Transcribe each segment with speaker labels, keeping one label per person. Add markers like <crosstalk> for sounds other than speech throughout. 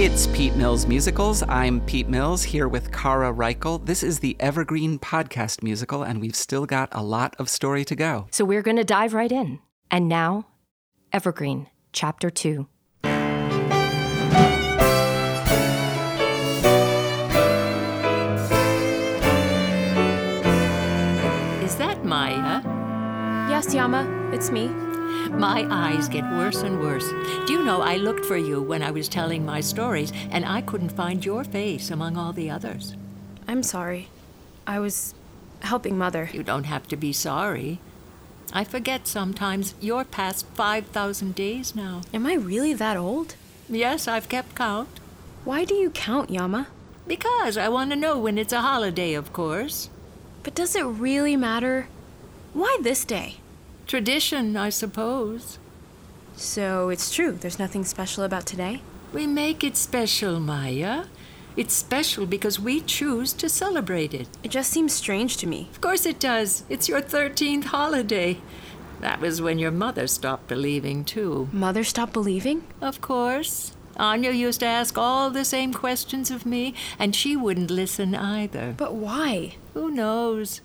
Speaker 1: It's Pete Mills Musicals. I'm Pete Mills here with Kara Reichel. This is the Evergreen Podcast Musical, and we've still got a lot of story to go.
Speaker 2: So we're going to dive right in. And now, Evergreen, Chapter 2.
Speaker 3: Is that Maya?
Speaker 4: Yes, Yama, it's me.
Speaker 3: My eyes get worse and worse. Do you know I looked for you when I was telling my stories, and I couldn't find your face among all the others.
Speaker 4: I'm sorry. I was helping Mother.
Speaker 3: You don't have to be sorry. I forget sometimes you're past 5,000 days now.
Speaker 4: Am I really that old?
Speaker 3: Yes, I've kept count.
Speaker 4: Why do you count, Yama?
Speaker 3: Because I want to know when it's a holiday, of course.
Speaker 4: But does it really matter? Why this day?
Speaker 3: Tradition, I suppose.
Speaker 4: So it's true, there's nothing special about today?
Speaker 3: We make it special, Maya. It's special because we choose to celebrate it.
Speaker 4: It just seems strange to me.
Speaker 3: Of course it does. It's your 13th holiday. That was when your mother stopped believing, too.
Speaker 4: Mother stopped believing?
Speaker 3: Of course. Anya used to ask all the same questions of me, and she wouldn't listen either.
Speaker 4: But why?
Speaker 3: Who knows?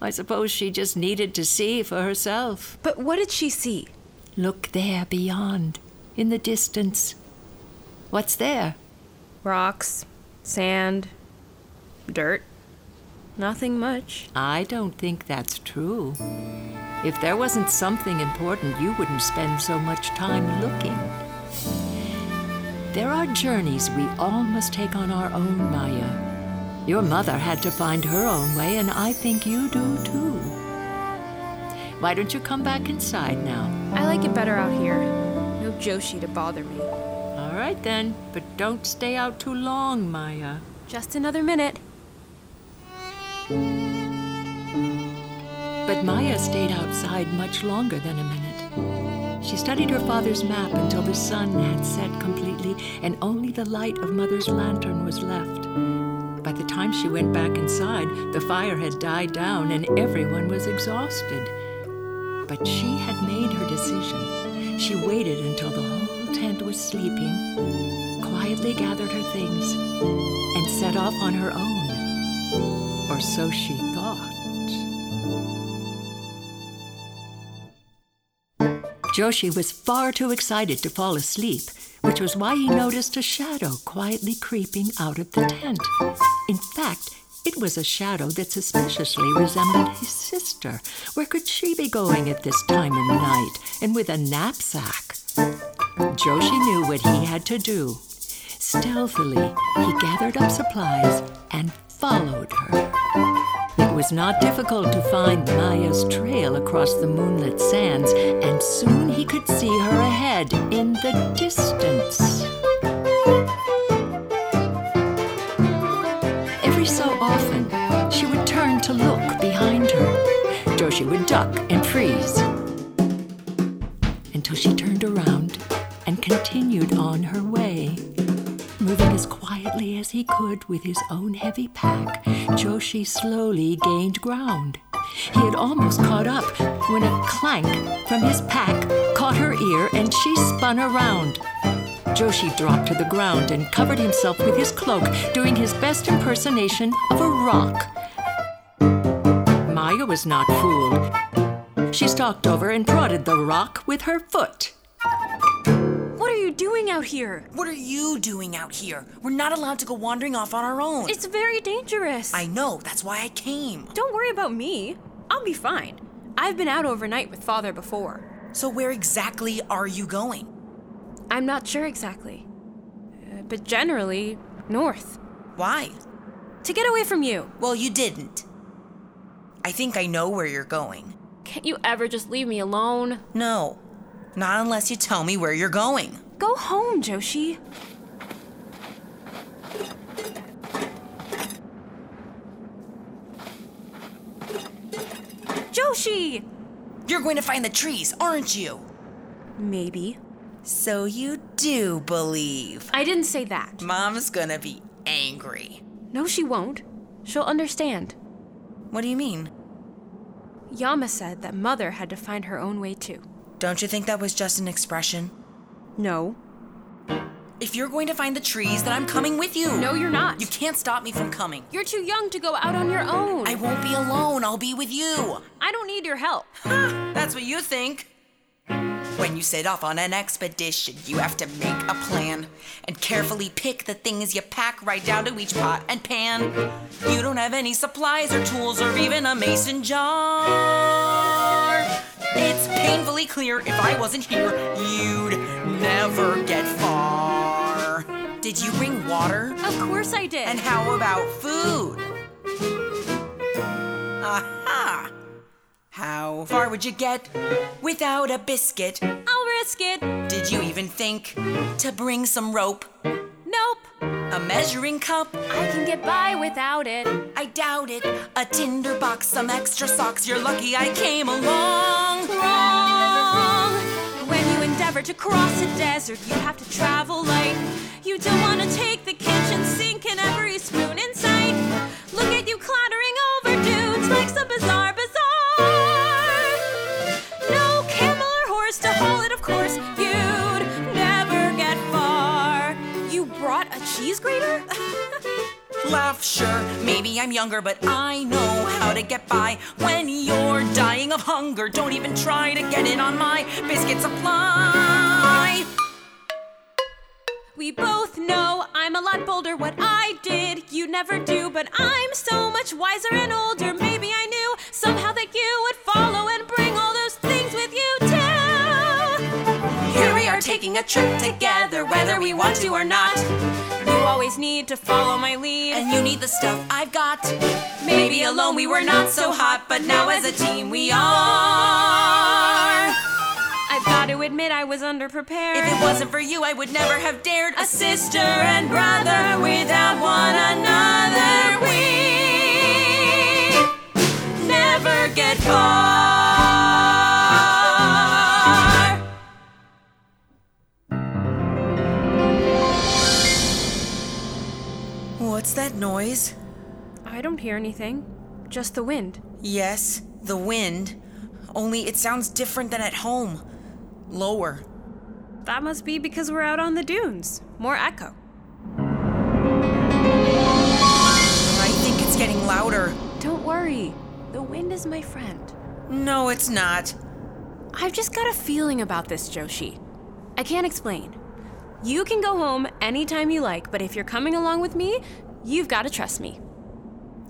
Speaker 3: I suppose she just needed to see for herself.
Speaker 4: But what did she see?
Speaker 3: Look there beyond, in the distance. What's there?
Speaker 4: Rocks, sand, dirt. Nothing much.
Speaker 3: I don't think that's true. If there wasn't something important, you wouldn't spend so much time looking. There are journeys we all must take on our own, Maya. Your mother had to find her own way, and I think you do too. Why don't you come back inside now?
Speaker 4: I like it better out here. No Joshi to bother me.
Speaker 3: All right then, but don't stay out too long, Maya.
Speaker 4: Just another minute.
Speaker 3: But Maya stayed outside much longer than a minute. She studied her father's map until the sun had set completely and only the light of Mother's lantern was left. By the time she went back inside, the fire had died down and everyone was exhausted. But she had made her decision. She waited until the whole tent was sleeping, quietly gathered her things, and set off on her own. Or so she thought. Joshi was far too excited to fall asleep, which was why he noticed a shadow quietly creeping out of the tent. In fact, it was a shadow that suspiciously resembled his sister. Where could she be going at this time of night and with a knapsack? Joshi knew what he had to do. Stealthily, he gathered up supplies and followed her. It was not difficult to find Maya's trail across the moonlit sands, and soon he could see her ahead in the distance. Every so often, she would turn to look behind her. Joshi would duck and freeze until she turned around and continued on her way. Moving as quietly as he could with his own heavy pack, Joshi slowly gained ground. He had almost caught up when a clank from his pack caught her ear and she spun around. Joshi dropped to the ground and covered himself with his cloak, doing his best impersonation of a rock. Maya was not fooled. She stalked over and prodded the rock with her foot.
Speaker 4: What are you doing out here?
Speaker 5: What are you doing out here? We're not allowed to go wandering off on our own.
Speaker 4: It's very dangerous.
Speaker 5: I know, that's why I came.
Speaker 4: Don't worry about me. I'll be fine. I've been out overnight with Father before.
Speaker 5: So, where exactly are you going?
Speaker 4: I'm not sure exactly. Uh, but generally, north.
Speaker 5: Why?
Speaker 4: To get away from you.
Speaker 5: Well, you didn't. I think I know where you're going.
Speaker 4: Can't you ever just leave me alone?
Speaker 5: No, not unless you tell me where you're going.
Speaker 4: Go home, Joshi. Joshi!
Speaker 5: You're going to find the trees, aren't you?
Speaker 4: Maybe.
Speaker 5: So, you do believe.
Speaker 4: I didn't say that.
Speaker 5: Mom's gonna be angry.
Speaker 4: No, she won't. She'll understand.
Speaker 5: What do you mean?
Speaker 4: Yama said that Mother had to find her own way too.
Speaker 5: Don't you think that was just an expression?
Speaker 4: No.
Speaker 5: If you're going to find the trees, then I'm coming with you.
Speaker 4: No, you're not.
Speaker 5: You can't stop me from coming.
Speaker 4: You're too young to go out on your own.
Speaker 5: I
Speaker 4: I,
Speaker 5: won't be alone. I'll be with you.
Speaker 4: don't need your help.
Speaker 5: That's what you think. When you set off on an expedition, you have to make a plan and carefully pick the things you pack right down to each pot and pan. You don't have any supplies or tools or even a mason jar. It's painfully clear if I wasn't here, you'd never get far. Did you bring water?
Speaker 4: Of course I did.
Speaker 5: And how about food? Aha! How far would you get without a biscuit?
Speaker 4: I'll risk it.
Speaker 5: Did you even think to bring some rope?
Speaker 4: Nope.
Speaker 5: A measuring cup?
Speaker 4: I can get by without it.
Speaker 5: I doubt it. A tinderbox, some extra socks. You're lucky I came along.
Speaker 4: Wrong. When you endeavor to cross a desert, you have to travel light. You don't want to take the kitchen sink and every spoon in sight. Look at you clattering over dudes like some bizarre bazaar. No camel or horse to haul it, of course. You'd never get far. You brought a cheese grater? <laughs>
Speaker 5: Laugh, sure. Maybe I'm younger, but I know how to get by when you're dying of hunger. Don't even try to get in on my biscuit supply.
Speaker 4: We both know I'm a lot bolder. What I did, you never do. But I'm so much wiser and older. Maybe I knew somehow that you would follow and bring all those things with you too.
Speaker 5: Here we are taking a trip together, whether we want to or not.
Speaker 4: You always need to follow my lead.
Speaker 5: And you need the stuff I've got. Maybe alone we were not so hot, but now as a team we are.
Speaker 4: I've got to admit I was underprepared.
Speaker 5: If it wasn't for you, I would never have dared a sister and brother without one another. We never get far. What's that noise?
Speaker 4: I don't hear anything, just the wind.
Speaker 5: Yes, the wind. Only it sounds different than at home. Lower.
Speaker 4: That must be because we're out on the dunes. More echo.
Speaker 5: I think it's getting louder.
Speaker 4: Don't worry, the wind is my friend.
Speaker 5: No, it's not.
Speaker 4: I've just got a feeling about this, Joshi. I can't explain. You can go home anytime you like, but if you're coming along with me, you've got to trust me.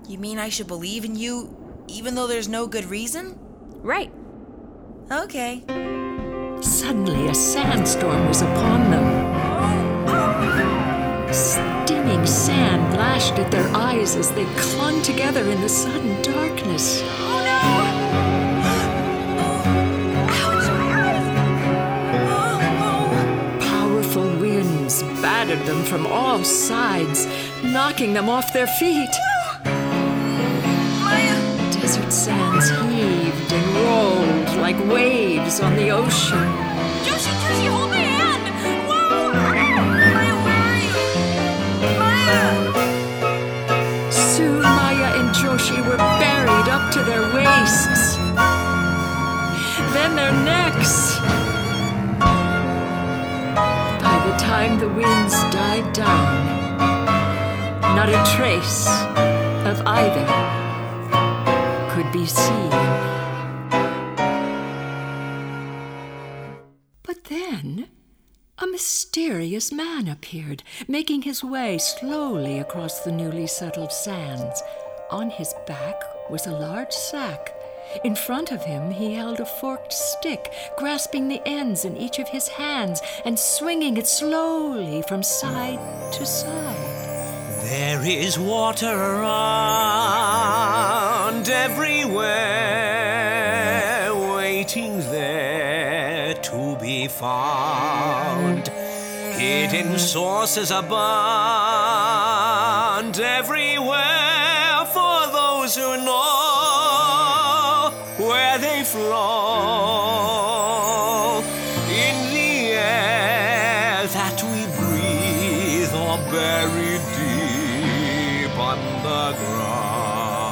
Speaker 5: You mean I should believe in you even though there's no good reason?
Speaker 4: Right.
Speaker 5: Okay.
Speaker 3: Suddenly, a sandstorm was upon them. Stinging sand lashed at their eyes as they clung together in the sudden darkness.
Speaker 4: Oh,
Speaker 3: Powerful winds battered them from all sides, knocking them off their feet. Desert sands heaved and rolled like waves on the ocean.
Speaker 4: Joshi, Joshi, hold my hand! Whoa! Maya, where are you? Maya!
Speaker 3: Soon Maya and Joshi were buried up to their waists, then their necks. By the time the winds died down, not a trace of either could be seen. But then. A mysterious man appeared, making his way slowly across the newly settled sands. On his back was a large sack. In front of him, he held a forked stick, grasping the ends in each of his hands and swinging it slowly from side to side.
Speaker 6: There is water around everywhere, waiting there to be found. Hidden sources abound everywhere for those who know where they flow. In the air that we breathe or buried deep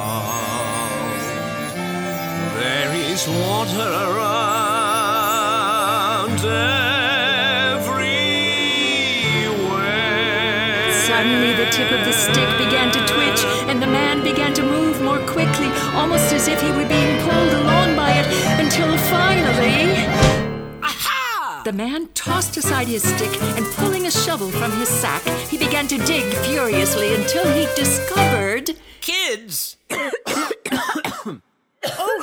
Speaker 6: underground. There is water around everywhere.
Speaker 3: Suddenly the tip of the stick began to twitch, and the man began to move more quickly, almost as if he were being pulled along by it, until finally. The man tossed aside his stick and pulling a shovel from his sack, he began to dig furiously until he discovered.
Speaker 7: Kids!
Speaker 4: Oh,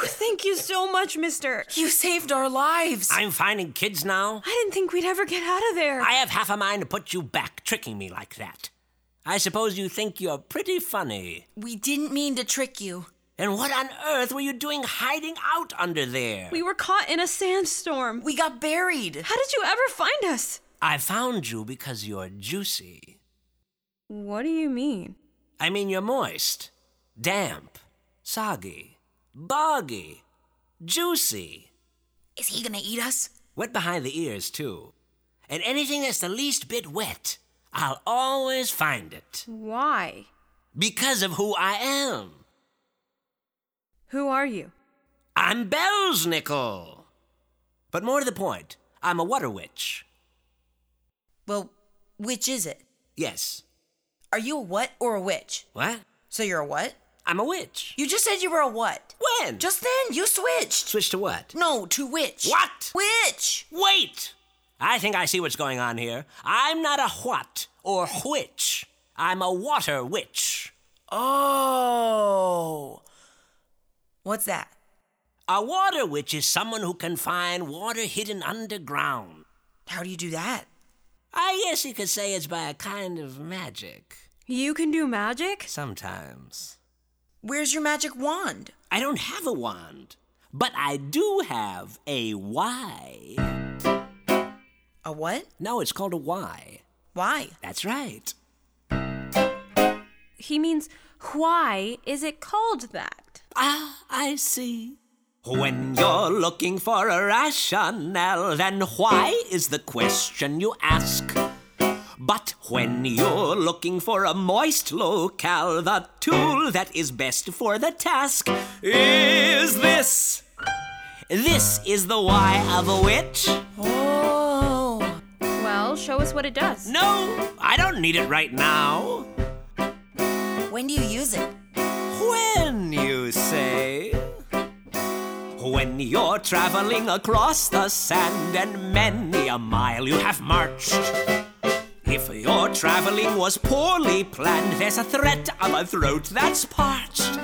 Speaker 4: thank you so much, mister.
Speaker 5: You saved our lives.
Speaker 6: I'm finding kids now.
Speaker 4: I didn't think we'd ever get out of there.
Speaker 6: I have half a mind to put you back, tricking me like that. I suppose you think you're pretty funny.
Speaker 5: we didn't mean to trick you.
Speaker 6: And what on earth were you doing hiding out under there?
Speaker 4: we were caught in a sandstorm.
Speaker 5: We got buried.
Speaker 4: How did you ever find us?
Speaker 6: I found you because you're juicy.
Speaker 4: What do you mean?
Speaker 6: I mean, you're moist, damp, soggy, boggy, juicy.
Speaker 5: Is he gonna eat us?
Speaker 6: Wet behind the ears, too. And anything that's the least bit wet, I'll always find it.
Speaker 4: Why?
Speaker 6: Because of who I am.
Speaker 4: Who are you?
Speaker 6: I'm Belsnickel. But more to the point, I'm a water witch.
Speaker 5: Well, which is it?
Speaker 6: Yes.
Speaker 5: Are you a what or a witch?
Speaker 6: What?
Speaker 5: So you're a what?
Speaker 6: I'm a witch.
Speaker 5: You just said you were a what?
Speaker 6: When?
Speaker 5: Just then, you switched.
Speaker 6: switch to what?
Speaker 5: No, to which?
Speaker 6: What?
Speaker 5: Which?
Speaker 6: Wait! I think I see what's going on here. I'm not a what or which. I'm a water witch.
Speaker 5: Oh. What's that?
Speaker 6: A water witch is someone who can find water hidden underground.
Speaker 5: How do you do that?
Speaker 6: I guess you could say it's by a kind of magic.
Speaker 4: You can do magic?
Speaker 6: Sometimes.
Speaker 5: Where's your magic wand?
Speaker 6: I don't have a wand, but I do have a why.
Speaker 5: A what?
Speaker 6: No, it's called a why.
Speaker 5: Why?
Speaker 6: That's right.
Speaker 4: He means, why is it called that?
Speaker 6: Ah, I see. When you're looking for a rationale, then why is the question you ask? But when you're looking for a moist locale, the tool that is best for the task is this. This is the why of a witch.
Speaker 5: Oh.
Speaker 4: Well, show us what it does.
Speaker 6: No, I don't need it right now.
Speaker 5: When do you use it?
Speaker 6: When you say. When you're traveling across the sand and many a mile you have marched. If your traveling was poorly planned, there's a threat of a throat that's parched.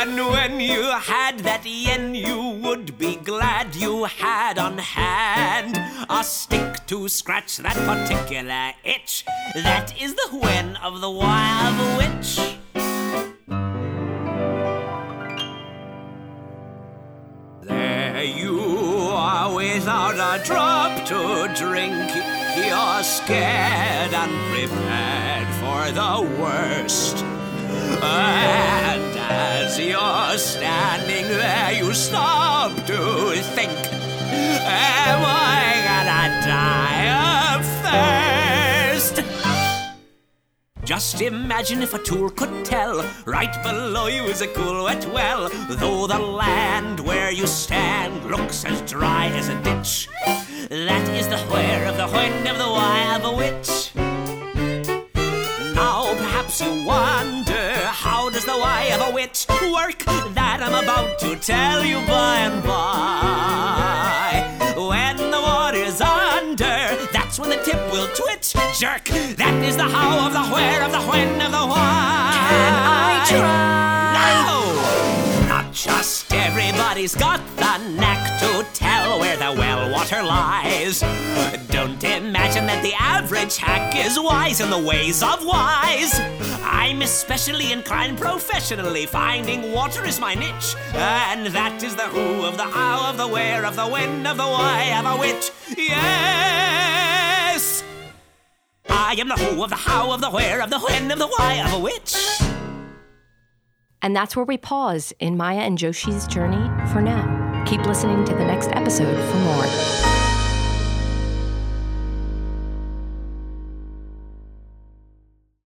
Speaker 6: And when you had that yen, you would be glad you had on hand a stick to scratch that particular itch. That is the when of the why of a witch. There you are without a drop to drink. You're scared and prepared for the worst. And as you're standing there, you stop to think Am I gonna die of thirst? Just imagine if a tool could tell. Right below you is a cool wet well. Though the land where you stand looks as dry as a ditch. That is the where of the when of the why of a witch. Now perhaps you wonder how does the why of a witch work? That I'm about to tell you by and by. When the water's under, that's when the tip will twitch, jerk. That is the how of the where of the when of the why. Can I try? No, not just everybody's got the knack to tell where the well water lies. Don't imagine that the average hack is wise in the ways of wise. I'm especially inclined professionally. Finding water is my niche. And that is the who of the how of the where of the when of the why of a witch. Yes! I am the who of the how of the where of the when of the why of a witch.
Speaker 2: And that's where we pause in Maya and Joshi's journey for now. Keep listening to the next episode for more.